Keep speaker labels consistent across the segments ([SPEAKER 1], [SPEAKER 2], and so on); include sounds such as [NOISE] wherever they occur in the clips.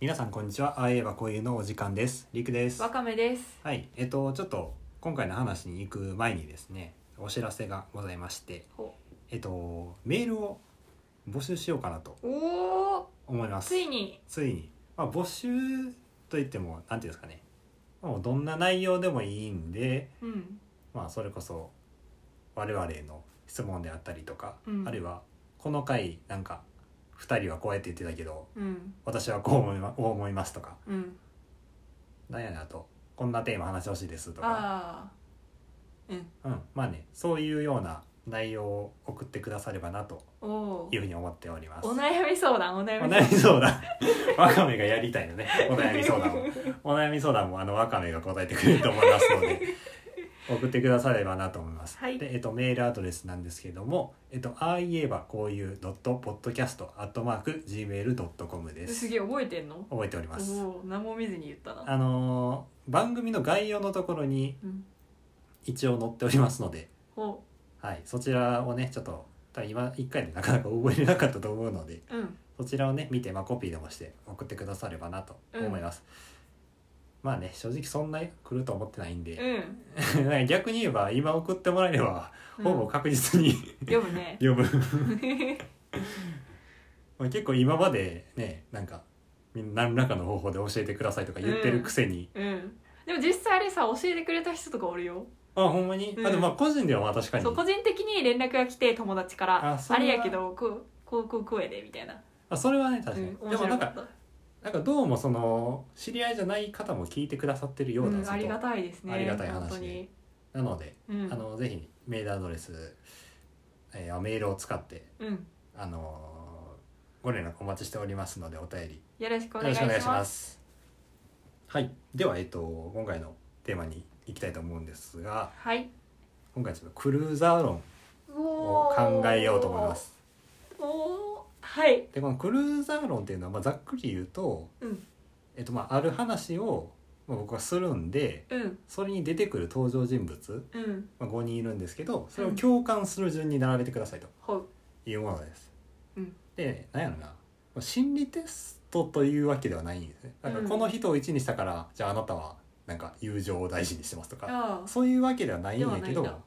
[SPEAKER 1] 皆さんこんにちはああ言えばこういうのお時間ですりくです
[SPEAKER 2] わかめです。
[SPEAKER 1] はいえっとちょっと今回の話に行く前にですねお知らせがございまして
[SPEAKER 2] ほ
[SPEAKER 1] えっとメールを募集しようかなと
[SPEAKER 2] おおー、
[SPEAKER 1] 思います
[SPEAKER 2] ついに。
[SPEAKER 1] ついに、まあ、募集といってもなんていうんですかねもうどんな内容でもいいんで
[SPEAKER 2] うん。
[SPEAKER 1] まあそれこそ我々への質問であったりとか、
[SPEAKER 2] うん
[SPEAKER 1] あるいはこの回なんか2人はこうやって言ってたけど
[SPEAKER 2] うん。
[SPEAKER 1] 私はこう思い,、ま、こう思いますとか
[SPEAKER 2] うん。
[SPEAKER 1] なんやねんあとこんなテーマ話してほしいですとか
[SPEAKER 2] ああ。うん。
[SPEAKER 1] うん、まあねそういうような内容を送ってくださればなと
[SPEAKER 2] おお
[SPEAKER 1] い。うふうに思っております。
[SPEAKER 2] お悩み相談、お
[SPEAKER 1] お
[SPEAKER 2] 悩み
[SPEAKER 1] 悩
[SPEAKER 2] 相
[SPEAKER 1] み相談 [LAUGHS] わかめがやりたいのねお悩み相談をお悩み相談もあのわかめが答えてくれると思いますの
[SPEAKER 2] [LAUGHS]
[SPEAKER 1] で送ってくださればなと思います、
[SPEAKER 2] はい
[SPEAKER 1] でえっと、メールアドレスなんですけれども、えっと、ああ言えばこういう .podcast.gmail.com で
[SPEAKER 2] 談。す
[SPEAKER 1] す
[SPEAKER 2] げえ覚えてんの。
[SPEAKER 1] 覚えております
[SPEAKER 2] おお、何も見ずに言ったな。
[SPEAKER 1] あのー番組の概要のところに
[SPEAKER 2] うん。
[SPEAKER 1] 一応載っておりますので、
[SPEAKER 2] ほ
[SPEAKER 1] はい、そちらをねちょっと多分今1回でなかなか覚えれなかったと思うので
[SPEAKER 2] う。うん。
[SPEAKER 1] そちらをね見て、まあ、コピーでもして送ってくださればなと思います、まあね正直そんな来ると思ってないん
[SPEAKER 2] う
[SPEAKER 1] で、
[SPEAKER 2] ん。
[SPEAKER 1] [LAUGHS] 逆に言えば今送ってもらえれば
[SPEAKER 2] うん
[SPEAKER 1] ほぼ確実に。
[SPEAKER 2] 読むね
[SPEAKER 1] [LAUGHS] 読むまあ結構今までねなんかみんな何らかの方法で教えてくださいとか言ってるくせに、
[SPEAKER 2] うん。でも実際あれさ、教えてくれた人とかおるよ。
[SPEAKER 1] あほんまに、
[SPEAKER 2] うん
[SPEAKER 1] あでもまあ個人ではまあ確かに
[SPEAKER 2] そう、個人的に連絡が来て、友達から。
[SPEAKER 1] あ
[SPEAKER 2] あ
[SPEAKER 1] それは
[SPEAKER 2] れやけど、こう、こう、こう、こうやでみたいな。
[SPEAKER 1] あそれはね
[SPEAKER 2] う
[SPEAKER 1] 確かに、
[SPEAKER 2] ん。面
[SPEAKER 1] でもな
[SPEAKER 2] 白
[SPEAKER 1] んか
[SPEAKER 2] かった。
[SPEAKER 1] なんかどうもその知り合いじゃない方も聞いてくださってるよう
[SPEAKER 2] う、
[SPEAKER 1] なん
[SPEAKER 2] ありが
[SPEAKER 1] な
[SPEAKER 2] たいですね。
[SPEAKER 1] ありがたい話
[SPEAKER 2] 本当に。
[SPEAKER 1] ので
[SPEAKER 2] うん。
[SPEAKER 1] あのぜひメールアドレス、えーメールを使って、
[SPEAKER 2] うん。
[SPEAKER 1] あのーご連絡お待ちしておりますのでお便り
[SPEAKER 2] よろしくお
[SPEAKER 1] よろ
[SPEAKER 2] 願い
[SPEAKER 1] し
[SPEAKER 2] し
[SPEAKER 1] くお願いしま
[SPEAKER 2] ます。
[SPEAKER 1] す。はい、では、えっと、今回のテーマに行きたいと思うんですが
[SPEAKER 2] はい。
[SPEAKER 1] 今回ちょっとクルーザー論を考えようと思いま。す。
[SPEAKER 2] おお、はい。
[SPEAKER 1] でこのクルーザー論っていうのは、まあ、ざっくり言うと、
[SPEAKER 2] うん
[SPEAKER 1] えっとまあ、ある話を、まあ、僕はするんで
[SPEAKER 2] うん
[SPEAKER 1] それに出てくる登場人物、
[SPEAKER 2] うん。
[SPEAKER 1] まあ、5人いるんですけどそれを共感する順に並べてくださいと。
[SPEAKER 2] ほう。
[SPEAKER 1] いうものです。
[SPEAKER 2] うん
[SPEAKER 1] でなんやろなまあ心理テストというわけではないんですね。なんか
[SPEAKER 2] うん
[SPEAKER 1] この人を1にしたから、じゃああなたはなんか友情を大事にしてますとか、
[SPEAKER 2] あ
[SPEAKER 1] そういうわけではないんだけど
[SPEAKER 2] で
[SPEAKER 1] な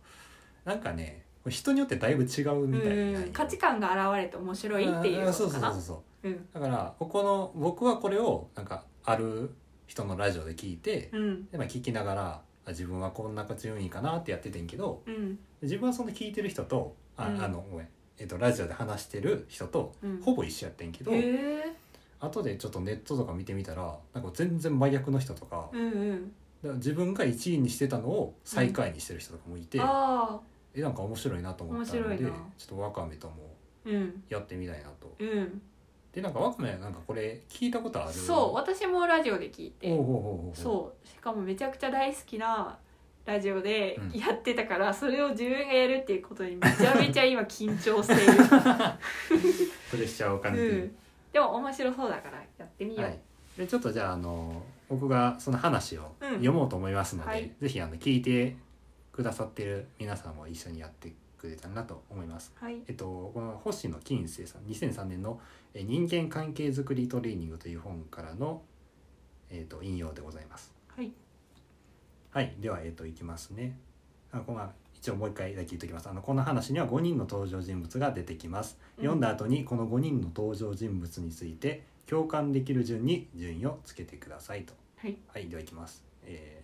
[SPEAKER 2] は
[SPEAKER 1] んかね人によってだいぶ違う
[SPEAKER 2] あ。
[SPEAKER 1] みたいな
[SPEAKER 2] うん。価値観が現れて面白いっていう
[SPEAKER 1] あ
[SPEAKER 2] の
[SPEAKER 1] そう
[SPEAKER 2] か
[SPEAKER 1] そうそう
[SPEAKER 2] な。
[SPEAKER 1] そう
[SPEAKER 2] うん。
[SPEAKER 1] だからここの僕はこれをなんかある人のラジオで聞いて、
[SPEAKER 2] うん。
[SPEAKER 1] でまあ聞きながらあ自分はこんな順位かなってやっててんけど
[SPEAKER 2] うん。
[SPEAKER 1] 自分はその聞いてる人とあ,、
[SPEAKER 2] うん
[SPEAKER 1] あのごめん、えっとラジオで話してる人と
[SPEAKER 2] うん。
[SPEAKER 1] ほぼ一緒やってんけど、
[SPEAKER 2] へえ。
[SPEAKER 1] 後でちょっとネットとか見てみたらなんか全然真逆の人とか,、
[SPEAKER 2] うんうん。
[SPEAKER 1] 自分が1位にしてたのを最下位にしてる人とかもいて、
[SPEAKER 2] ああ。
[SPEAKER 1] えなんか面白いなと思ったので
[SPEAKER 2] 面
[SPEAKER 1] ち
[SPEAKER 2] 白
[SPEAKER 1] ょっ
[SPEAKER 2] いな
[SPEAKER 1] とワカメとも
[SPEAKER 2] うん。
[SPEAKER 1] やってみたいなと。
[SPEAKER 2] うん。
[SPEAKER 1] でなんかワカメなんかこれ聞いたことある
[SPEAKER 2] そう、私もラジオで聞
[SPEAKER 1] お
[SPEAKER 2] い
[SPEAKER 1] う
[SPEAKER 2] て。
[SPEAKER 1] ほうほうほう
[SPEAKER 2] そう、しかもめちゃくちゃ大好きな。ラジオで
[SPEAKER 1] うん
[SPEAKER 2] やってたから、それを自分がやるっていうことにめちゃめちゃ今緊張してい
[SPEAKER 1] プレッシャーを感じ
[SPEAKER 2] る、う
[SPEAKER 1] る、
[SPEAKER 2] ん、でも面白そうだからやってみよう、
[SPEAKER 1] はい、でちょっとじゃああの僕がその話を
[SPEAKER 2] うん
[SPEAKER 1] 読もうと思いますので、
[SPEAKER 2] はい
[SPEAKER 1] ぜひあの聞いてくださってる皆さんも一緒にやってくれたらなと思います。
[SPEAKER 2] はい
[SPEAKER 1] えっと、この星野金星さん2003年のえー「人間関係づくりトレーニング」という本からの、えっと、引用でございます。
[SPEAKER 2] はい
[SPEAKER 1] はい、では、えっと、いきますね。あこの一応もう一回だけ言っておきます。あのこの話には5人の登場人物が出てきます。読んだ後にこの5人の登場人物について共感できる順に順位をつけてくださいと。
[SPEAKER 2] はい、
[SPEAKER 1] ではいきます。えー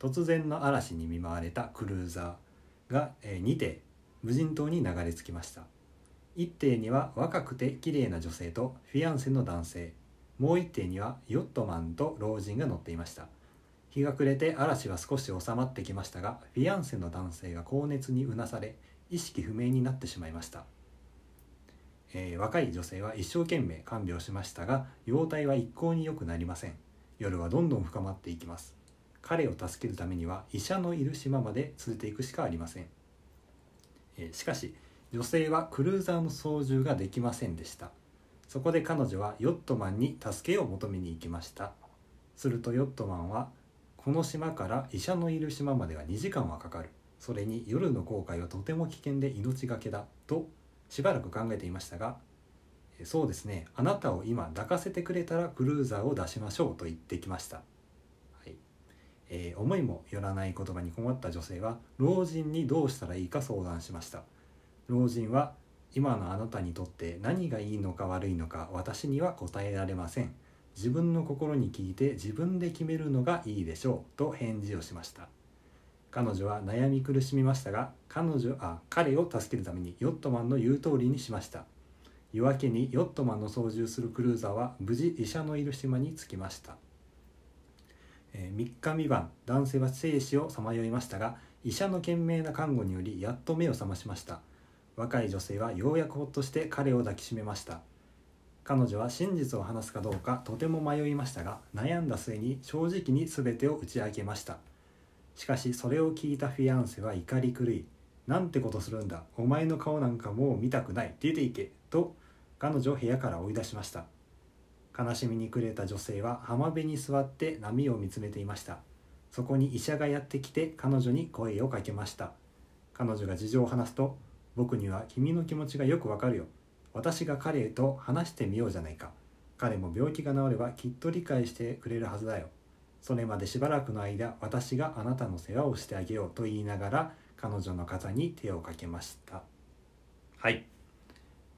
[SPEAKER 1] 突然の嵐に見舞われたクルーザーが、えー2艇無人島に流れ着きました。1艇には若くて綺麗な女性とフィアンセの男性、もう1艇にはヨットマンと老人が乗っていました。日が暮れて嵐は少し収まってきましたが、フィアンセの男性が高熱にうなされ、意識不明になってしまいました。えー若い女性は一生懸命看病しましたが容体は一向に良くなりません夜はどんどん深まっていきます彼を助けるためには医者のいる島まで連れて行くしかありません、えーしかし女性はクルーザーの操縦ができませんでしたそこで彼女はヨットマンに助けを求めに行きましたするとヨットマンはこの島から医者のいる島までは2時間はかかるそれに夜の航海はとても危険で命がけだとしばらく考えていましたが、えそうですねあなたを今抱かせてくれたらクルーザーを出しましょうと言ってきました、はいえー思いもよらない言葉に困った女性は老人にどうしたらいいか相談しました老人は今のあなたにとって何がいいのか悪いのか私には答えられません自分の心に聞いて自分で決めるのがいいでしょうと返事をしました彼女は悩み苦しみましたが彼女あ彼を助けるためにヨットマンの言う通りにしました夜明けにヨットマンの操縦するクルーザーは無事医者のいる島に着きました、え3日未晩男性は生死をさまよいましたが医者の懸命な看護によりやっと目を覚ましました若い女性はようやくほっとして彼を抱きしめました彼女は真実を話すかどうかとても迷いましたが悩んだ末に正直に全てを打ち明けましたしかしそれを聞いたフィアンセは怒り狂い「なんてことするんだお前の顔なんかもう見たくない出ていけ」と彼女を部屋から追い出しました悲しみに暮れた女性は浜辺に座って波を見つめていましたそこに医者がやってきて彼女に声をかけました彼女が事情を話すと「僕には君の気持ちがよくわかるよ私が彼と話してみようじゃないか彼も病気が治ればきっと理解してくれるはずだよそれまでしばらくの間私があなたの世話をしてあげようと言いながら彼女の肩に手をかけましたはい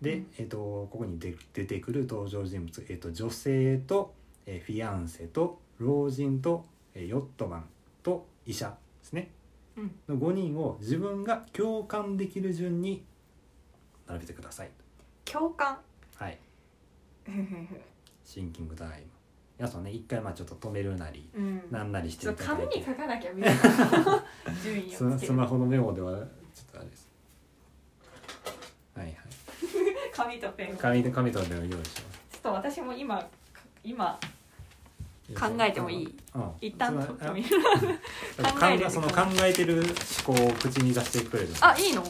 [SPEAKER 1] で、えっとここにで出てくる登場人物、えっと女性と、えーフィアンセと老人と、えーヨットマンと医者ですね
[SPEAKER 2] うん
[SPEAKER 1] の5人を自分が共感できる順に並べてください
[SPEAKER 2] 共感 [LAUGHS]
[SPEAKER 1] はい
[SPEAKER 2] ふんふんふん
[SPEAKER 1] シンキングタイム皆さんね一回まあちょっと止めるなり
[SPEAKER 2] うん
[SPEAKER 1] なんなりして
[SPEAKER 2] ちょ
[SPEAKER 1] い
[SPEAKER 2] ったと
[SPEAKER 1] だ
[SPEAKER 2] 紙
[SPEAKER 1] い
[SPEAKER 2] に
[SPEAKER 1] て
[SPEAKER 2] 書かなきゃみたい [LAUGHS] な順位を
[SPEAKER 1] ス
[SPEAKER 2] つけ
[SPEAKER 1] ス
[SPEAKER 2] る
[SPEAKER 1] マホのメモではちょっとあれですはいはい
[SPEAKER 2] 紙とペンをちょっ
[SPEAKER 1] 紙で紙とでも用意します
[SPEAKER 2] と私も今か今考えてもいい、
[SPEAKER 1] うん、
[SPEAKER 2] 一旦
[SPEAKER 1] そのあ
[SPEAKER 2] 紙
[SPEAKER 1] 考
[SPEAKER 2] 考
[SPEAKER 1] え
[SPEAKER 2] える
[SPEAKER 1] その考えてる思考を口に出してくれる
[SPEAKER 2] あいいの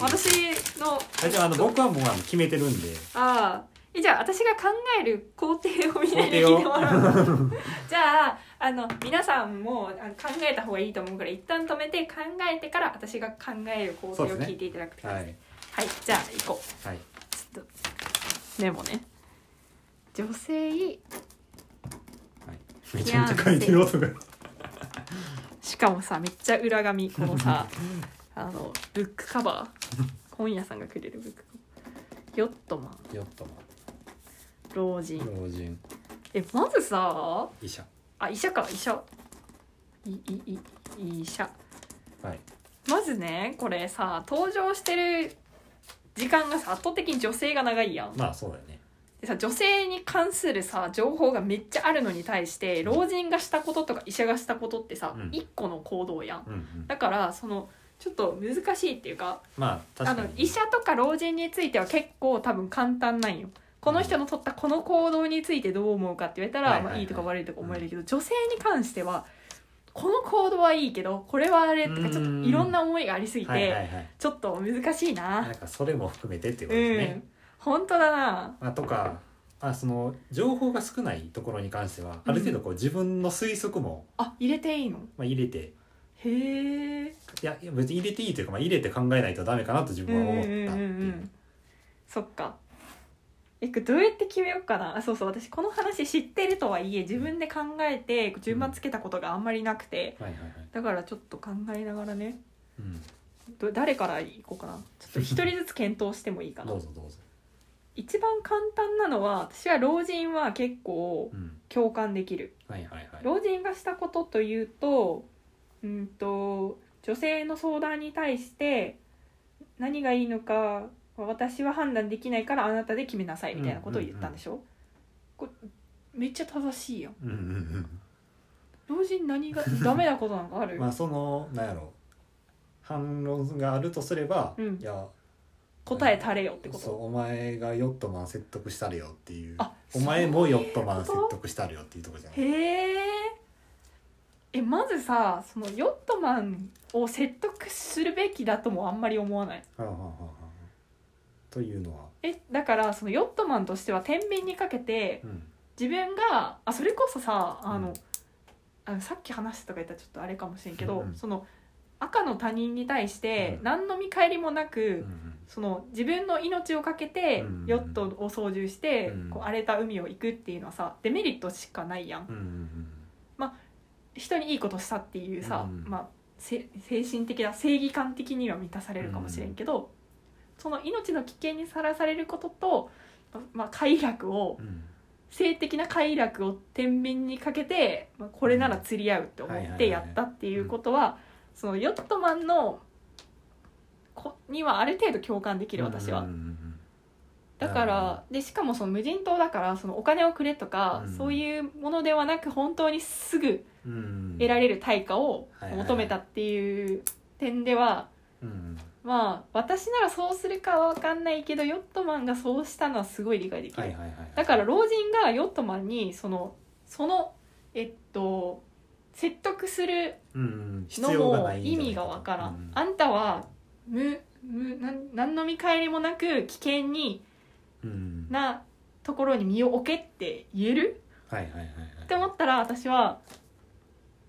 [SPEAKER 2] 私の
[SPEAKER 1] あじゃああの僕はもうあの決めてるんで
[SPEAKER 2] ああえじゃあ私が考える工程をみんなに
[SPEAKER 1] 工程を
[SPEAKER 2] 聞いてもらおうじゃああの皆さんもあの考えた方がいいと思うから一旦止めて考えてから私が考える工程を
[SPEAKER 1] そうですね
[SPEAKER 2] 聞いていただくと
[SPEAKER 1] はい
[SPEAKER 2] はい、じゃあ行こう
[SPEAKER 1] はい
[SPEAKER 2] ちょっとメモね女性
[SPEAKER 1] はいめちゃめちゃ書いてる音が
[SPEAKER 2] しかもさめっちゃ裏紙こ
[SPEAKER 1] [LAUGHS]
[SPEAKER 2] のさあのブックカバー本屋さんがくれるブックカバーヨットマン
[SPEAKER 1] よっと
[SPEAKER 2] 老人
[SPEAKER 1] 老人
[SPEAKER 2] えまずさ
[SPEAKER 1] 医者
[SPEAKER 2] あ医者か医者いいい医者
[SPEAKER 1] はい
[SPEAKER 2] まずねこれさ登場してる時間がさ圧倒的に女性が長いやん
[SPEAKER 1] まあそうだよね
[SPEAKER 2] でさ女性に関するさ情報がめっちゃあるのに対して老人がしたこととか医者がしたことってさ、
[SPEAKER 1] うん
[SPEAKER 2] 一個の行動やん
[SPEAKER 1] うんうん
[SPEAKER 2] だからそのちょっと難しいっていうか
[SPEAKER 1] まあ
[SPEAKER 2] あ
[SPEAKER 1] 確か
[SPEAKER 2] の
[SPEAKER 1] に
[SPEAKER 2] 医者とか老人については結構多分簡単なんよこの人の取ったこの行動についてどう思うかって言われたら、
[SPEAKER 1] はいはいはい
[SPEAKER 2] まあ、いいとか悪いとか思えるけど、女性に関してはこの行動はいいけどこれはあれと
[SPEAKER 1] う
[SPEAKER 2] か
[SPEAKER 1] ん
[SPEAKER 2] ちょっといろんな思いがありすぎて、
[SPEAKER 1] はいはいはい
[SPEAKER 2] ちょっと難しいな
[SPEAKER 1] なんかそれも含めてっていう
[SPEAKER 2] う
[SPEAKER 1] ことですね、
[SPEAKER 2] ん本当だな
[SPEAKER 1] まあ、とか、まあ、その情報が少ないところに関してはある程度こう自分の推測も、
[SPEAKER 2] あ入れていいの
[SPEAKER 1] まあ、入れて
[SPEAKER 2] へえ
[SPEAKER 1] いやいや別に入れていいというか、まあ、入れて考えないとダメかなと自分は思ったっていう,、
[SPEAKER 2] うんうんうんうんそっかえこれどうやって決めようかなあそうそう私この話知ってるとはいえ自分で考えて順番つけたことがあんまりなくて、
[SPEAKER 1] はいはいはい、
[SPEAKER 2] だからちょっと考えながらね
[SPEAKER 1] うん、
[SPEAKER 2] ど誰から行こうかなちょっと一人ずつ検討してもいいかな
[SPEAKER 1] [LAUGHS] どうぞどうぞ、
[SPEAKER 2] 一番簡単なのは私は老人は結構
[SPEAKER 1] うん、
[SPEAKER 2] 共感できる
[SPEAKER 1] はいはいはい
[SPEAKER 2] 老人がしたことというとうんと女性の相談に対して何がいいのか私は判断できないからあなたで決めなさいみたいなことを言ったんでしょ、これめっちゃ正しいやん
[SPEAKER 1] うんうん
[SPEAKER 2] 老人何が [LAUGHS] ダメなことなんかあ
[SPEAKER 1] う
[SPEAKER 2] る、
[SPEAKER 1] んまあそのなんやろう反論があるとすれば、
[SPEAKER 2] うん
[SPEAKER 1] いや
[SPEAKER 2] 答えたれよってこ
[SPEAKER 1] そ
[SPEAKER 2] と
[SPEAKER 1] うお前がヨットマン説得したるよっていう
[SPEAKER 2] あ
[SPEAKER 1] お前もヨットマン説
[SPEAKER 2] そういうこと
[SPEAKER 1] 得したるよっていうところじゃない
[SPEAKER 2] へええまずさそのヨットマンを説得するべきだともあんまり思わない
[SPEAKER 1] はあはあはあはあというのは、
[SPEAKER 2] えだからそのヨットマンとしては天秤にかけて
[SPEAKER 1] うん、
[SPEAKER 2] 自分があそれこそさあの、
[SPEAKER 1] うん
[SPEAKER 2] あのさっき話したとか言ったらちょっとあれかもしれんけど、
[SPEAKER 1] うん
[SPEAKER 2] その赤の他人に対して
[SPEAKER 1] うん
[SPEAKER 2] 何の見返りもな
[SPEAKER 1] うんう
[SPEAKER 2] く
[SPEAKER 1] ん
[SPEAKER 2] その自分の命をかけて
[SPEAKER 1] うん
[SPEAKER 2] ヨットを操縦して、
[SPEAKER 1] うん
[SPEAKER 2] こう荒れた海を行くっていうのはさデメリットしかないやん
[SPEAKER 1] うんうん
[SPEAKER 2] 人にいいことしたっていうさ、
[SPEAKER 1] うん
[SPEAKER 2] まあ、せ精神的な正義感的には満たされるかもしれんけど、その命の危険にさらされることと、まあ、快楽を
[SPEAKER 1] うんうん
[SPEAKER 2] 性的な快楽を天秤にかけて、まあ、これなら釣り合うって思
[SPEAKER 1] はいはい
[SPEAKER 2] っ
[SPEAKER 1] はい
[SPEAKER 2] てやったっていうことはそのヨットマンのこにはある程度共感できる私は。
[SPEAKER 1] うんうんうん
[SPEAKER 2] だか
[SPEAKER 1] なるほ
[SPEAKER 2] らでしかもその無人島だからそのお金をくれとか、
[SPEAKER 1] うん
[SPEAKER 2] そういうものではなく本当にすぐ
[SPEAKER 1] うん
[SPEAKER 2] 得られる対価を
[SPEAKER 1] はいはいはい
[SPEAKER 2] 求めたっていう点では、
[SPEAKER 1] うん
[SPEAKER 2] まあ私ならそうするかは分かんないけどヨットマンがそうしたのはすごい理解できる。
[SPEAKER 1] はいはいはいはい
[SPEAKER 2] だから老人がヨットマンにそのそのえっと説得する
[SPEAKER 1] うんうん必
[SPEAKER 2] の
[SPEAKER 1] 要が
[SPEAKER 2] も
[SPEAKER 1] ないんじ
[SPEAKER 2] 意
[SPEAKER 1] ゃない
[SPEAKER 2] 味がわからん、
[SPEAKER 1] うん
[SPEAKER 2] あんたは無無なん何の見返りもなく危険に
[SPEAKER 1] うん
[SPEAKER 2] なところに身を置けって言える
[SPEAKER 1] はいはいはいはい
[SPEAKER 2] って思ったら私は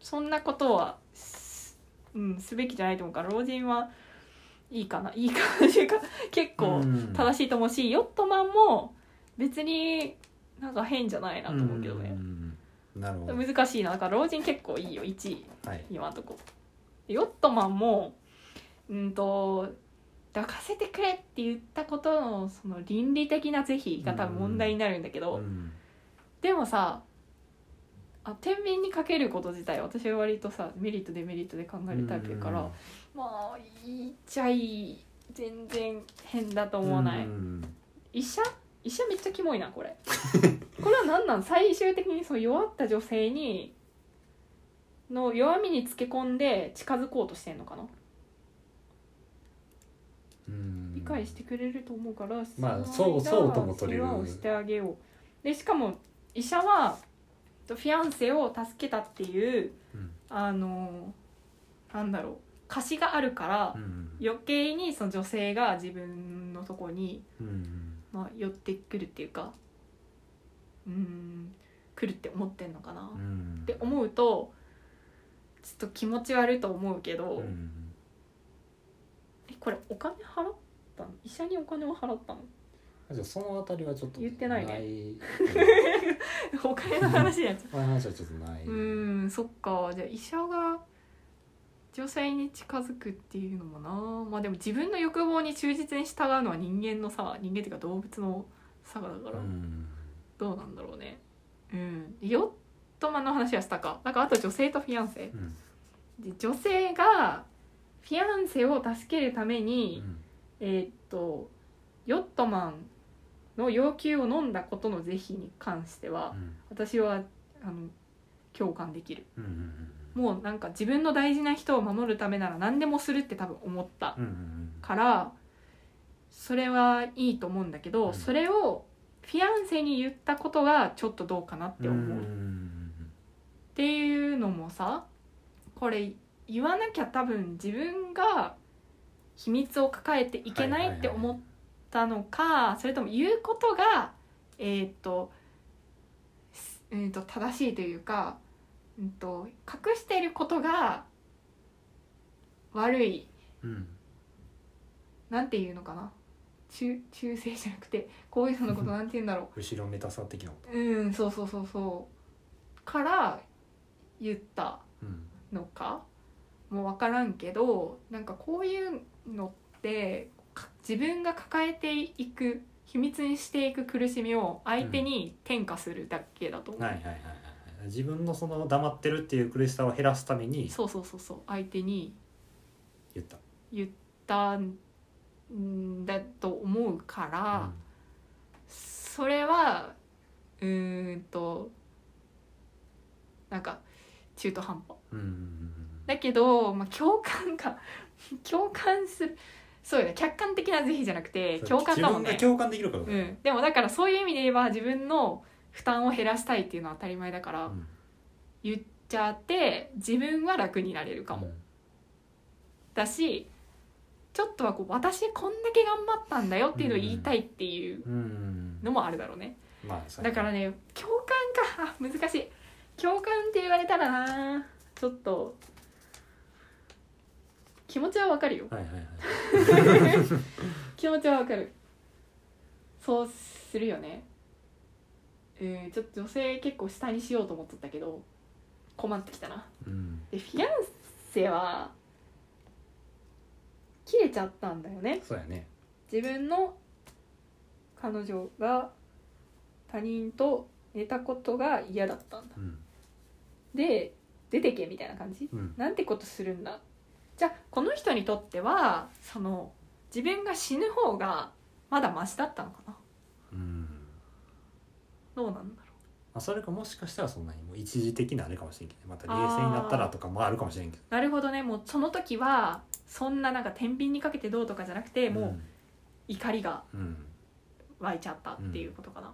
[SPEAKER 2] そんなことはす,、うん、すべきじゃないと思うから老人はいいかないいかなっていうか [LAUGHS] 結構
[SPEAKER 1] うん
[SPEAKER 2] 正しいと思うし、ヨットマンも別になんか変じゃないなと思うけどね、
[SPEAKER 1] んうんなるほど
[SPEAKER 2] 難しいなだから老人結構いいよ1位
[SPEAKER 1] はい
[SPEAKER 2] 今んとこヨットマンもうんと抱かせてくれって言ったことのその倫理的な是非が多分問題になるんだけど、
[SPEAKER 1] うん
[SPEAKER 2] でもさあ天秤にかけること自体私は割とさメリットデメリットで考えるタイプやから、まあいいっちゃいい全然変だと
[SPEAKER 1] うん
[SPEAKER 2] 思わない、
[SPEAKER 1] うん
[SPEAKER 2] 医者医者めっちゃキモいなこれ [LAUGHS] これは何なん最終的にそう弱った女性にの弱みにつけ込んで近づこうとしてんのかな、
[SPEAKER 1] うん
[SPEAKER 2] 理解してくれると思うから
[SPEAKER 1] まあ
[SPEAKER 2] の間
[SPEAKER 1] そうそうとも取れる
[SPEAKER 2] 世話をしてあげようでしかも医者はフィアンセを助けたっていう
[SPEAKER 1] うん
[SPEAKER 2] あのなんだろう貸しがあるから
[SPEAKER 1] うん
[SPEAKER 2] 余計にその女性が自分のとこに
[SPEAKER 1] うん
[SPEAKER 2] まあ、寄ってくるっていうかうーん来るって思ってんのかな、
[SPEAKER 1] う
[SPEAKER 2] っ
[SPEAKER 1] ん
[SPEAKER 2] て思うとちょっと気持ち悪いと思うけど、
[SPEAKER 1] うん
[SPEAKER 2] えこれお金払ったの医者にお金を払ったの
[SPEAKER 1] じゃあそのあたりはちょっと
[SPEAKER 2] 言ってないね
[SPEAKER 1] ね
[SPEAKER 2] [LAUGHS] お金の話になっちゃ
[SPEAKER 1] この話はちょっとないう
[SPEAKER 2] [LAUGHS] うーんそっかじゃあ医者が女性に近づくっていうのもなまあでも自分の欲望に忠実に従うのは人間のさ人間っていうか動物の差がだから、
[SPEAKER 1] うん
[SPEAKER 2] どうなんだろうねうんヨットマンの話はしたかなんかあと女性とフィアンセ
[SPEAKER 1] うん
[SPEAKER 2] で女性がフィアンセを助けるため
[SPEAKER 1] う
[SPEAKER 2] に、
[SPEAKER 1] ん
[SPEAKER 2] えーっとヨットマンの要求を飲んだことの是非に関しては
[SPEAKER 1] うん
[SPEAKER 2] 私はあの共感できる
[SPEAKER 1] うん
[SPEAKER 2] もうなんか自分の大事な人を守るためなら何でもするって多分思った
[SPEAKER 1] うんうん
[SPEAKER 2] からそれはいいと思うんだけど、
[SPEAKER 1] うん
[SPEAKER 2] それをフィアンセに言ったことがちょっとどうかなって思う、
[SPEAKER 1] う
[SPEAKER 2] っ
[SPEAKER 1] ん
[SPEAKER 2] ていうのもさこれ言わなきゃ多分自分が秘密を抱えていけないって思ったのか、それとも言うことがえーっと,す、えーっと正しいというか、うん、と隠していることが悪い
[SPEAKER 1] うん
[SPEAKER 2] なんていうのかな中中性じゃなくてこういうののことなんて言うんだろ
[SPEAKER 1] 後ろめたさ的なこ
[SPEAKER 2] ううんそうそうそうそうから言った
[SPEAKER 1] とうん
[SPEAKER 2] のかも分からんけどなんかこういうのってか自分が抱えていく秘密にしていく苦しみを相手に転嫁するだけだと思う、
[SPEAKER 1] はいはいはいはい自分のその黙ってるっていう苦しさを減らすために
[SPEAKER 2] そうそうそうそう相手に
[SPEAKER 1] 言った
[SPEAKER 2] 言ったんだと思うから。それはうーんとなんか中途半端
[SPEAKER 1] うん
[SPEAKER 2] だけど、まあ、共感が共感するそうよね客観的な是非じゃなくて
[SPEAKER 1] うん
[SPEAKER 2] 共感だもん
[SPEAKER 1] 自分
[SPEAKER 2] ね
[SPEAKER 1] が、共感できるから
[SPEAKER 2] うん、でもだからそういう意味で言えば自分の負担を減らしたいっていうのは当たり前だから、
[SPEAKER 1] うん
[SPEAKER 2] 言っちゃって自分は楽になれるかも、だしちょっとはこう私こんだけ頑張ったんだよっていうのを言いたいっていう
[SPEAKER 1] うん
[SPEAKER 2] のもあるだろうね
[SPEAKER 1] まあそう
[SPEAKER 2] だ
[SPEAKER 1] や
[SPEAKER 2] からね共感かあ [LAUGHS] 難しい共感って言われたらなちょっと気持ちはわかるよ
[SPEAKER 1] はいはいはい
[SPEAKER 2] 気持ちはわかるそうするよねうんちょっと女性結構下にしようと思っとったけど困ってきたな
[SPEAKER 1] うん
[SPEAKER 2] でフィアンセは切れちゃったんだよね
[SPEAKER 1] そうやね
[SPEAKER 2] 自分の彼女が他人と寝たことが嫌だったんだ
[SPEAKER 1] うん
[SPEAKER 2] で出てけみたいな感じ
[SPEAKER 1] うん
[SPEAKER 2] なんてことするんだじゃあこの人にとってはその自分が死ぬ方がまだマシだったのかな
[SPEAKER 1] うん
[SPEAKER 2] どうなんだろ
[SPEAKER 1] まあ、それかもしかしたらそんなにもう一時的なあれかもしれんけどまた冷静になったらとかもあるかもしれんけど
[SPEAKER 2] うなるほどねもうその時はそんななんか天秤にかけてどうとかじゃなくてもう怒りが
[SPEAKER 1] うん、うん
[SPEAKER 2] 湧いちゃったっていうことかな、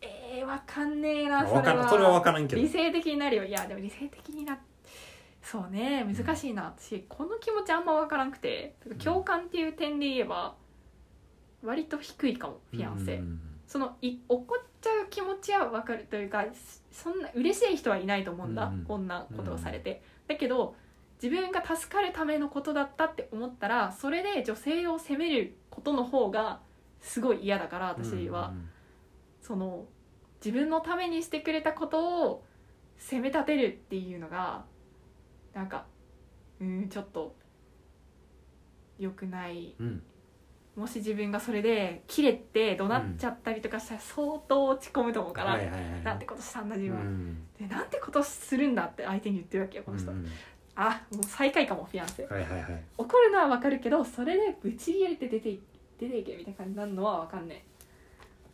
[SPEAKER 2] えー、わかんねえ
[SPEAKER 1] まあ
[SPEAKER 2] なそ
[SPEAKER 1] わ
[SPEAKER 2] れ
[SPEAKER 1] からん
[SPEAKER 2] は
[SPEAKER 1] それは分からんけど
[SPEAKER 2] 理性的になるよいやでも理性的になそうね難しいな、私この気持ちあんま分からんくて
[SPEAKER 1] ん
[SPEAKER 2] 共感っていう点で言えば割と低いかもフィアンセ、
[SPEAKER 1] うんうん
[SPEAKER 2] そのい怒っちゃう気持ちは分かるというかそんな嬉しい人はいないと思うんだ、
[SPEAKER 1] うんうん
[SPEAKER 2] こんなことをされて、だけど自分が助かるためのことだったって思ったらそれで女性を責めることの方がすごい嫌だから私は、
[SPEAKER 1] うん
[SPEAKER 2] その自分のためにしてくれたことを責め立てるっていうのがなんかうんちょっと良くない
[SPEAKER 1] うんうん
[SPEAKER 2] もし自分がそれで切れて怒鳴っちゃったりとかしたら相当落ち込むと思うから、
[SPEAKER 1] はいはいはい
[SPEAKER 2] なんてことしたんだ自
[SPEAKER 1] う
[SPEAKER 2] 分、
[SPEAKER 1] ん
[SPEAKER 2] でなんてことするんだって相手に言ってるわけよこの人、
[SPEAKER 1] うんうん
[SPEAKER 2] あもう最下位かもフィアンセ
[SPEAKER 1] はいはいはい
[SPEAKER 2] 怒るのはわかるけどそれでぶち切れて出てい出ていけみたいな感じになるのはわかんない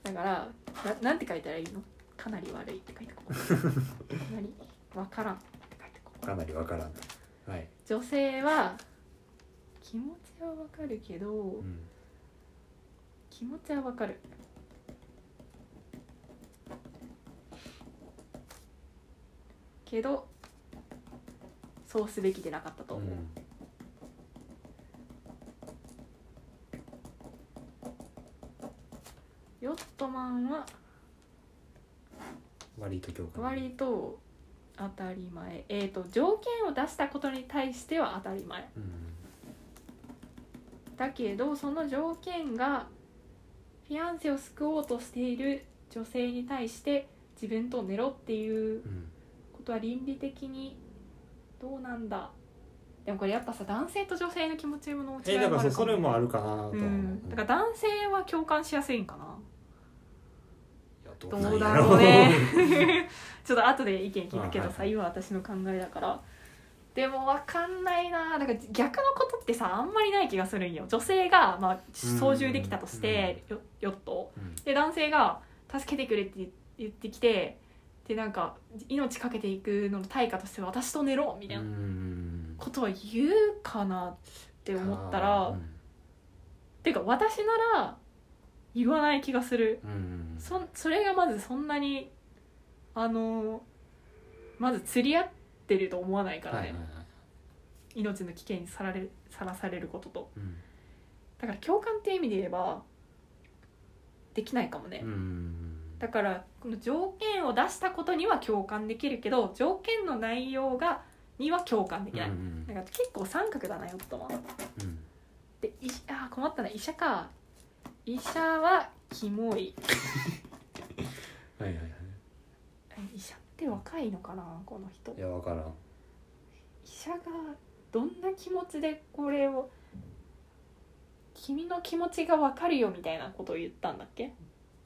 [SPEAKER 2] だからななんて書いたらいいのかなり悪いって書いてここかなりわからんって書いてここ
[SPEAKER 1] かなり分からんはい、
[SPEAKER 2] 女性は気持ちはわかるけど、
[SPEAKER 1] うん
[SPEAKER 2] 気持ちはわかるけどそうすべきでなかったと思う、ヨットマンは
[SPEAKER 1] うん、割と共感
[SPEAKER 2] 割と当たり前えー、と条件を出したことに対しては当たり前
[SPEAKER 1] うん
[SPEAKER 2] だけどその条件がフィアンセを救おうとしている女性に対して自分と寝ろってい
[SPEAKER 1] う
[SPEAKER 2] う
[SPEAKER 1] ん
[SPEAKER 2] ことは倫理的にどうなんだでもこれやっぱさ男性と女性の気持ちの違
[SPEAKER 1] えだ
[SPEAKER 2] いもあ
[SPEAKER 1] か
[SPEAKER 2] る
[SPEAKER 1] ら
[SPEAKER 2] か
[SPEAKER 1] そ
[SPEAKER 2] も
[SPEAKER 1] それもあるかなとは思
[SPEAKER 2] う
[SPEAKER 1] う、
[SPEAKER 2] んだから男性は共感しやすいんかなど
[SPEAKER 1] いやな
[SPEAKER 2] うだ
[SPEAKER 1] んや
[SPEAKER 2] ろうね [LAUGHS] ちょっと後で意見聞くけど
[SPEAKER 1] あはい
[SPEAKER 2] さ
[SPEAKER 1] はい
[SPEAKER 2] 今私の考えだからでも分かんないなだから逆のことってさあんまりない気がするんよ女性が、まあ、操縦できたとしてヨヨットを
[SPEAKER 1] うん
[SPEAKER 2] で男性が「助けてくれ」って言ってきてでなんか命かけていくのの対価として私と寝ろみたいうなんことは言うかなって思ったら、
[SPEAKER 1] う
[SPEAKER 2] っ
[SPEAKER 1] ん
[SPEAKER 2] ていうか私なら言わない気がする
[SPEAKER 1] うん
[SPEAKER 2] そんそれがまずそんなにあのーまず釣り合ってると思わないから
[SPEAKER 1] は
[SPEAKER 2] ね、
[SPEAKER 1] いはいはい
[SPEAKER 2] 命の危険にさられさらされることと
[SPEAKER 1] うん
[SPEAKER 2] だから共感っていう意味で言えばできないかもね、
[SPEAKER 1] うん
[SPEAKER 2] だからこの条件を出したことには共感できるけど条件の内容がには共感できない、
[SPEAKER 1] うん
[SPEAKER 2] なんか結構三角だなヨットマン
[SPEAKER 1] うん
[SPEAKER 2] でいあー困ったな医者か医者はキモい
[SPEAKER 1] はいはいはい
[SPEAKER 2] え医者って若いのかなこの人
[SPEAKER 1] いや分からん
[SPEAKER 2] 医者がどんな気持ちでこれを君の気持ちがわかるよみたいなことを言ったんだっけ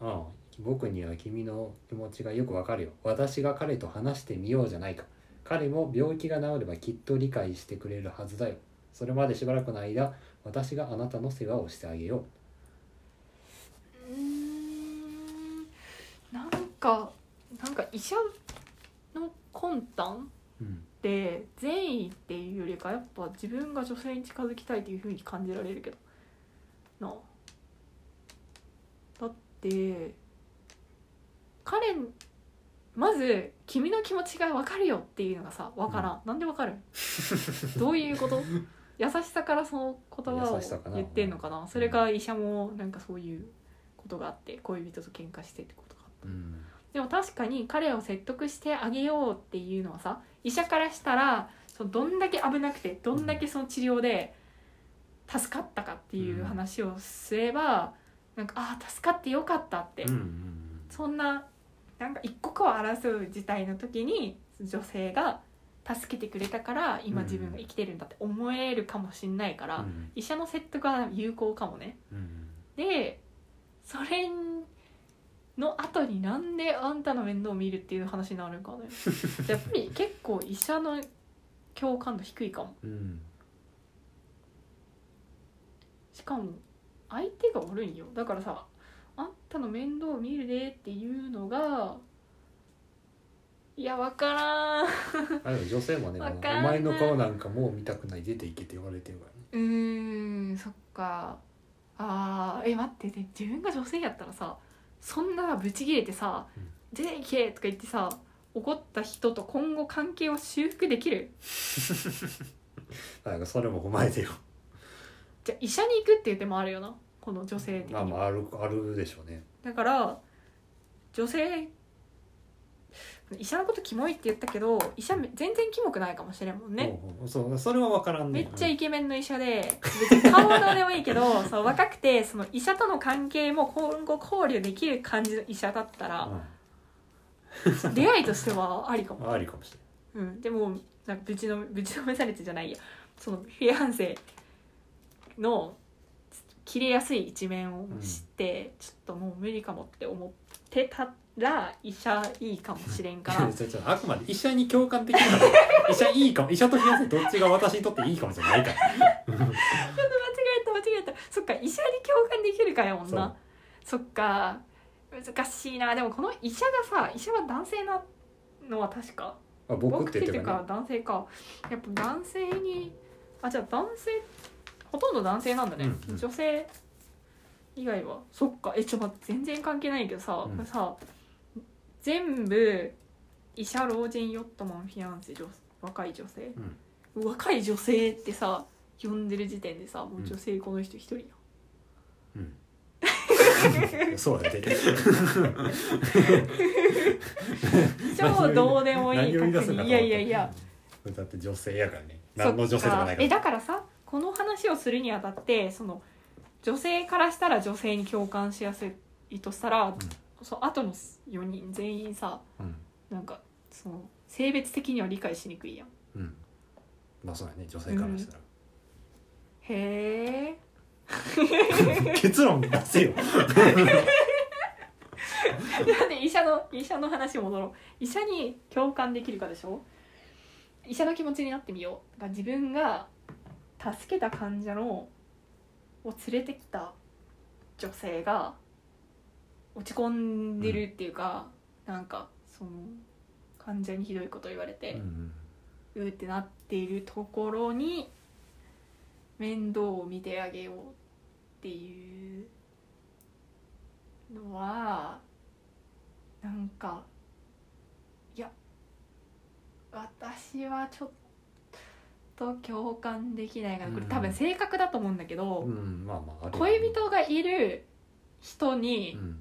[SPEAKER 1] ああ僕には君の気持ちがよくわかるよ私が彼と話してみようじゃないか彼も病気が治ればきっと理解してくれるはずだよそれまでしばらくの間私があなたの世話をしてあげよ
[SPEAKER 2] うんなんかなんか医者の魂胆
[SPEAKER 1] う、うん、
[SPEAKER 2] って善意っていうよりかやっぱ自分が女性に近づきたいっていうふうに感じられるけどなあだって彼まず「君の気持ちが分かるよ」っていうのがさ分からん、なんで分
[SPEAKER 1] [LAUGHS]
[SPEAKER 2] かるどういうこと優しさからその言葉を
[SPEAKER 1] 優しさかな
[SPEAKER 2] 言ってんのかなそれか医者もなんかそういうことがあって恋人と喧嘩してってことか
[SPEAKER 1] うん
[SPEAKER 2] でも確かに彼を説得してあげようっていうのはさ医者からしたらそのどんだけ危なくてどんだけその治療で助かったかっていう話をすれば、なんかああ助かってよかったって、
[SPEAKER 1] うんうんうん
[SPEAKER 2] そんななんか一刻を争う事態の時に女性が助けてくれたから今自分が生きてるんだって思えるかもしんないから、
[SPEAKER 1] うん
[SPEAKER 2] 医者の説得は有効かもね。
[SPEAKER 1] うん
[SPEAKER 2] でそれの後になんであんたの面倒を見るっていう話になるんかねやっぱり結構医者の共感度低いかも
[SPEAKER 1] うん
[SPEAKER 2] しかも相手がおるんよだからさあんたの面倒を見るでっていうのがいやわからん
[SPEAKER 1] あでも女性もね「
[SPEAKER 2] わかん
[SPEAKER 1] お
[SPEAKER 2] な
[SPEAKER 1] 前
[SPEAKER 2] い
[SPEAKER 1] の顔なんかもう見たくない出ていけ」って言われてるからね
[SPEAKER 2] うーんそっかあーえ待ってで自分が女性やったらさそんなブチギレてさ
[SPEAKER 1] うん
[SPEAKER 2] 「出ていけ!」とか言ってさ怒った人と今後関係を修復できる
[SPEAKER 1] だからそれも踏まえてよ
[SPEAKER 2] [LAUGHS] じゃあ医者に行くっていう手もあるよなこの女性的に
[SPEAKER 1] ま
[SPEAKER 2] は
[SPEAKER 1] あまああるあるでしょうね
[SPEAKER 2] だから女性医者のことキモいって言ったけど医者め全然キモくないかもしれんもんね、
[SPEAKER 1] ほうほうそうそれは分からん
[SPEAKER 2] め
[SPEAKER 1] ね
[SPEAKER 2] っちゃイケメンの医者で別に顔はどうでもいいけどそう若くてその医者との関係も今後交流できる感じの医者だったら
[SPEAKER 1] う
[SPEAKER 2] 出会いとしてはありかも、
[SPEAKER 1] ん、ありかもしれ
[SPEAKER 2] うん、でもなんかぶちの [LAUGHS] ぶちのめされてじゃないやそのフィアンセの切れやすい一面を知って、ちょっともう無理かもって思ってたら医者いいかもしれんから
[SPEAKER 1] ない [LAUGHS] ちょちょあくまで医者に共感できなから医者いいかも医者と冷やせどっちが私にとっていいかもじゃないから
[SPEAKER 2] 間違えた間違えたそっか医者に共感できるかやもん
[SPEAKER 1] そ
[SPEAKER 2] な
[SPEAKER 1] う
[SPEAKER 2] そっか難しいなでもこの医者がさ医者は男性なのは確か
[SPEAKER 1] あ僕って言
[SPEAKER 2] って
[SPEAKER 1] って
[SPEAKER 2] い
[SPEAKER 1] る
[SPEAKER 2] う
[SPEAKER 1] から
[SPEAKER 2] か
[SPEAKER 1] ね
[SPEAKER 2] 男性かやっぱ男性にあじゃあ男性ほとんど男性なんだね、
[SPEAKER 1] うんうん
[SPEAKER 2] 女性以外はそっかえちょっと待って全然関係ないけどさ、
[SPEAKER 1] うん
[SPEAKER 2] これさ全部医者老人ヨットマンフィアンセ女若い女性、若い女性ってさ呼んでる時点でさもう女性この人一
[SPEAKER 1] [LAUGHS]
[SPEAKER 2] 人や、
[SPEAKER 1] うん、そうやって
[SPEAKER 2] 超どうでもいい
[SPEAKER 1] [LAUGHS] 何を言い出す
[SPEAKER 2] 確
[SPEAKER 1] んだ
[SPEAKER 2] 認いやいやいや
[SPEAKER 1] だって女性やからね何の女性でもないか
[SPEAKER 2] そっ
[SPEAKER 1] ら
[SPEAKER 2] えだからさこの話をするにあたってその女性からしたら女性に共感しやすいとしたら、そう後の4人全員さ
[SPEAKER 1] うん
[SPEAKER 2] なんかその性別的には理解しにくいやん
[SPEAKER 1] うんまあそうやね女性からしたら、
[SPEAKER 2] へえ
[SPEAKER 1] [LAUGHS] 結論出せ
[SPEAKER 2] [LAUGHS]
[SPEAKER 1] よ
[SPEAKER 2] なんで医者の医者の話戻ろう医者に共感できるかでしょ医者の気持ちになってみようだから自分が助けた患者のを連れてきた女性が落ち込んでるっていうか、なんかその患者にひどいこと言われ
[SPEAKER 1] う
[SPEAKER 2] て、
[SPEAKER 1] ん
[SPEAKER 2] うーってなっているところに面倒を見てあげようっていうのはなんかいや私はちょっと共感できないかなこれ多分性格だと思うんだけ
[SPEAKER 1] う
[SPEAKER 2] ど、
[SPEAKER 1] んまあまああるよね
[SPEAKER 2] 恋人がいる人に
[SPEAKER 1] うん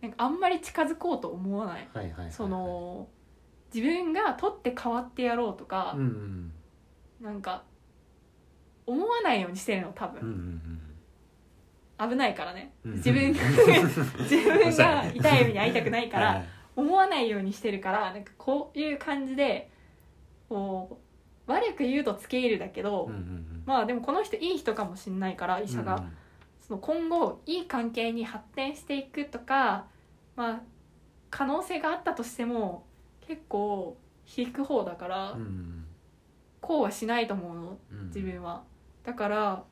[SPEAKER 2] なんかあんまり近づこうと思わない。
[SPEAKER 1] はいはいはいはい
[SPEAKER 2] その自分が取って代わってやろうとか
[SPEAKER 1] うん、うん
[SPEAKER 2] なんか思わないようにしてるの多
[SPEAKER 1] うんう
[SPEAKER 2] 分、
[SPEAKER 1] ん
[SPEAKER 2] 危ないからね、
[SPEAKER 1] うん
[SPEAKER 2] 自分が [LAUGHS] 自分が痛い目に遭いたくないか
[SPEAKER 1] はいは
[SPEAKER 2] ら
[SPEAKER 1] い
[SPEAKER 2] 思わないようにしてるからなんかこういう感じでこう悪く言うとつけ入るだけど、
[SPEAKER 1] うんうんうん
[SPEAKER 2] まあでもこの人いい人かもしんないから医者が、
[SPEAKER 1] うん
[SPEAKER 2] その今後いい関係に発展していくとか、まあ、可能性があったとしても結構引く方だから、
[SPEAKER 1] うん
[SPEAKER 2] こうはしないと思うの
[SPEAKER 1] うんうん
[SPEAKER 2] 自分はだから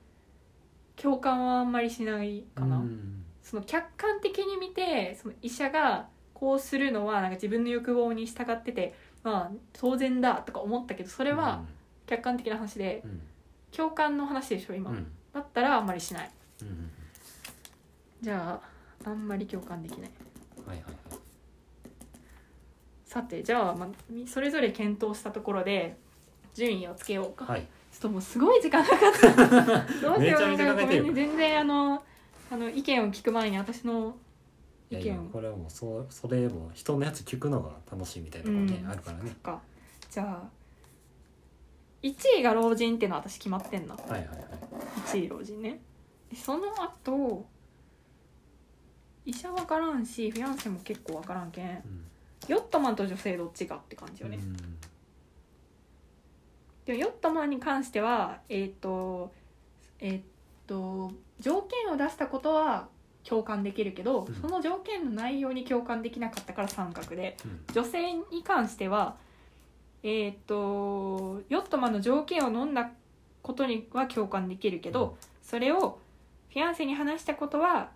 [SPEAKER 2] 共感はあんまりしないかな、
[SPEAKER 1] うん
[SPEAKER 2] その客観的に見てその医者がこうするのはなんか自分の欲望に従っててまあ当然だとか思ったけどそれは客観的な話で
[SPEAKER 1] うん
[SPEAKER 2] 共感の話でしょ
[SPEAKER 1] う
[SPEAKER 2] 今、
[SPEAKER 1] んうん
[SPEAKER 2] だったらあんまりしない
[SPEAKER 1] うん
[SPEAKER 2] じゃああんまり共感できない
[SPEAKER 1] うんはいはいはい
[SPEAKER 2] さてじゃあ、まあ、みそれぞれ検討したところで順位をつけようか、
[SPEAKER 1] はい
[SPEAKER 2] ちょっともうすごい時間かかったどうしよう
[SPEAKER 1] めちゃめちゃかか
[SPEAKER 2] ご
[SPEAKER 1] って
[SPEAKER 2] め
[SPEAKER 1] る
[SPEAKER 2] んね全然あのあの意見を聞く前に私の
[SPEAKER 1] い
[SPEAKER 2] 意
[SPEAKER 1] や
[SPEAKER 2] 見
[SPEAKER 1] いや
[SPEAKER 2] を
[SPEAKER 1] これはもうそうそれも人のやつ聞くのが楽しいみたいなところね、
[SPEAKER 2] うん
[SPEAKER 1] あるからね
[SPEAKER 2] かじゃあ1位が老人っていうのは私決まってんな
[SPEAKER 1] はいはいはい
[SPEAKER 2] 1位老人ねでその後医者わからんしフィアンセも結構わからんけん
[SPEAKER 1] うん
[SPEAKER 2] ヨットマンと女性どっちがって感じよね、
[SPEAKER 1] うん
[SPEAKER 2] でもヨットマンに関してはえっ、とえっ、と条件を出したことは共感できるけど、
[SPEAKER 1] うん
[SPEAKER 2] その条件の内容に共感できなかったから三角で
[SPEAKER 1] うん
[SPEAKER 2] 女性に関してはえっ、とヨットマンの条件を飲んだことには共感できるけど、それをフィアンセに話したことは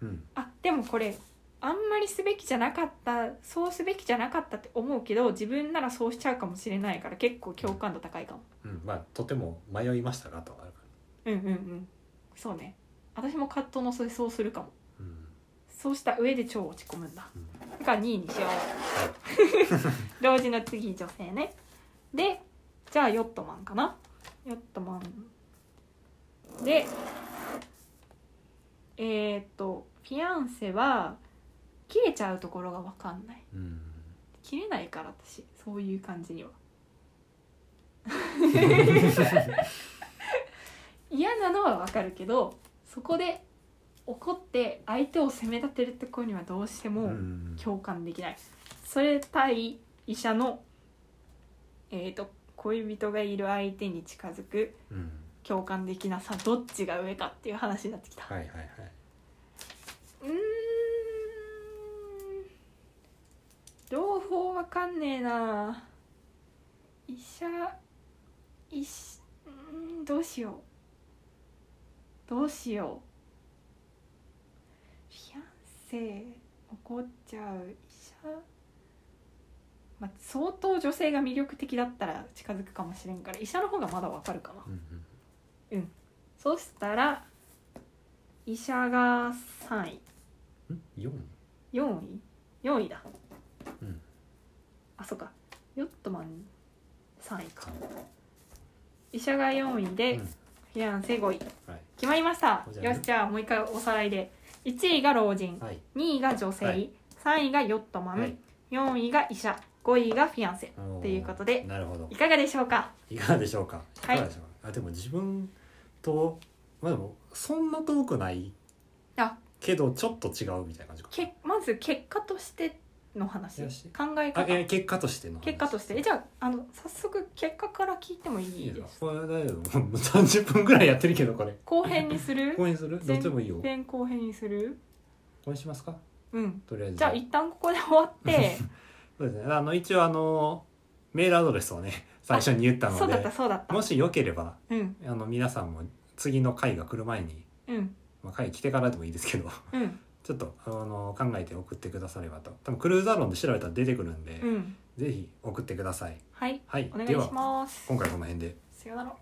[SPEAKER 1] うん
[SPEAKER 2] あでもこれあんまりすべきじゃなかったそうすべきじゃなかったって思うけど自分ならそうしちゃうかもしれないから結構共感度高いかも。
[SPEAKER 1] うんまあとても迷いましたがとはあるか
[SPEAKER 2] うんうんうんそうね私も葛藤の末そうするかも
[SPEAKER 1] らうん
[SPEAKER 2] そうした上で超落ち込むんだ
[SPEAKER 1] うん
[SPEAKER 2] だから2位にしよう老人の次女性ねでじゃあヨットマンかなヨットマンでえー、っとフィアンセは切れちゃうところが分かんない
[SPEAKER 1] うん
[SPEAKER 2] 切れないから私そういう感じ
[SPEAKER 1] [LAUGHS]
[SPEAKER 2] には嫌なのはわかるけどそこで怒って相手を責め立てるところにはどうして
[SPEAKER 1] う
[SPEAKER 2] も
[SPEAKER 1] ん
[SPEAKER 2] 共感できない、それ対医者のえー、と恋人がいる相手に近づく
[SPEAKER 1] うん
[SPEAKER 2] 共感できなさどっちが上かっていう話になってきた
[SPEAKER 1] はいはいはいう
[SPEAKER 2] ーん両方わかんねえな医者医師うーんどうしようどうしようフィアンセ怒っちゃう医者まあ、相当女性が魅力的だったら近づくかもしれんから医者の方がまだわかるかな
[SPEAKER 1] うんうん
[SPEAKER 2] そしたら医者が3位
[SPEAKER 1] ん四
[SPEAKER 2] 4位4位だ
[SPEAKER 1] うん
[SPEAKER 2] あそっかヨットマン3位か
[SPEAKER 1] 三
[SPEAKER 2] 医者が4位で、
[SPEAKER 1] うん
[SPEAKER 2] フィアンセ5位
[SPEAKER 1] はい
[SPEAKER 2] 決まりました
[SPEAKER 1] おじゃ
[SPEAKER 2] よ
[SPEAKER 1] る
[SPEAKER 2] しじゃあもう一回おさらいで1位が老人
[SPEAKER 1] はい
[SPEAKER 2] 2位が女性、
[SPEAKER 1] はい
[SPEAKER 2] 3位がヨットマン、
[SPEAKER 1] はい
[SPEAKER 2] 4位が医者5位がフィアンセ
[SPEAKER 1] おー
[SPEAKER 2] ということで
[SPEAKER 1] なるほど
[SPEAKER 2] いかがでしょうか
[SPEAKER 1] いかがでしょうか。い
[SPEAKER 2] は
[SPEAKER 1] か
[SPEAKER 2] い
[SPEAKER 1] がでしょうか。あでも自分とまあでもそんな遠くない
[SPEAKER 2] あ
[SPEAKER 1] けどちょっと違うみたいな感じか。
[SPEAKER 2] けまず結果としての話
[SPEAKER 1] よ
[SPEAKER 2] 考
[SPEAKER 1] し
[SPEAKER 2] え
[SPEAKER 1] あ
[SPEAKER 2] 方
[SPEAKER 1] いや結果としての話。
[SPEAKER 2] 結果としてえじゃああの早速結果から聞いてもい
[SPEAKER 1] い
[SPEAKER 2] い
[SPEAKER 1] い
[SPEAKER 2] で
[SPEAKER 1] ですすか。これ大丈夫。もう三十分ぐらいやってるけどこれ。
[SPEAKER 2] 後編にする
[SPEAKER 1] これにする？どっちでもいいよ。こ
[SPEAKER 2] 前編後編にする
[SPEAKER 1] れにしますか。
[SPEAKER 2] うん
[SPEAKER 1] とりあえず。
[SPEAKER 2] じゃあ一旦ここで終
[SPEAKER 1] [LAUGHS]
[SPEAKER 2] わって
[SPEAKER 1] そうですね。あの一応あのメールアドレスをね最初に言った
[SPEAKER 2] そ
[SPEAKER 1] の
[SPEAKER 2] うだった
[SPEAKER 1] で、
[SPEAKER 2] そうだった
[SPEAKER 1] もしよければ
[SPEAKER 2] うん
[SPEAKER 1] あの皆さんも次の回が来る前に、
[SPEAKER 2] うん
[SPEAKER 1] まあ回来てからでもいいですけど。
[SPEAKER 2] うん
[SPEAKER 1] ちょっとあの考えて送ってくださればと多分クルーザー論で調べたら出てくるんで、
[SPEAKER 2] うん
[SPEAKER 1] ぜひ送ってください
[SPEAKER 2] はい
[SPEAKER 1] はい
[SPEAKER 2] お願い
[SPEAKER 1] で
[SPEAKER 2] し
[SPEAKER 1] は
[SPEAKER 2] ます
[SPEAKER 1] 今回この辺で
[SPEAKER 2] さよなら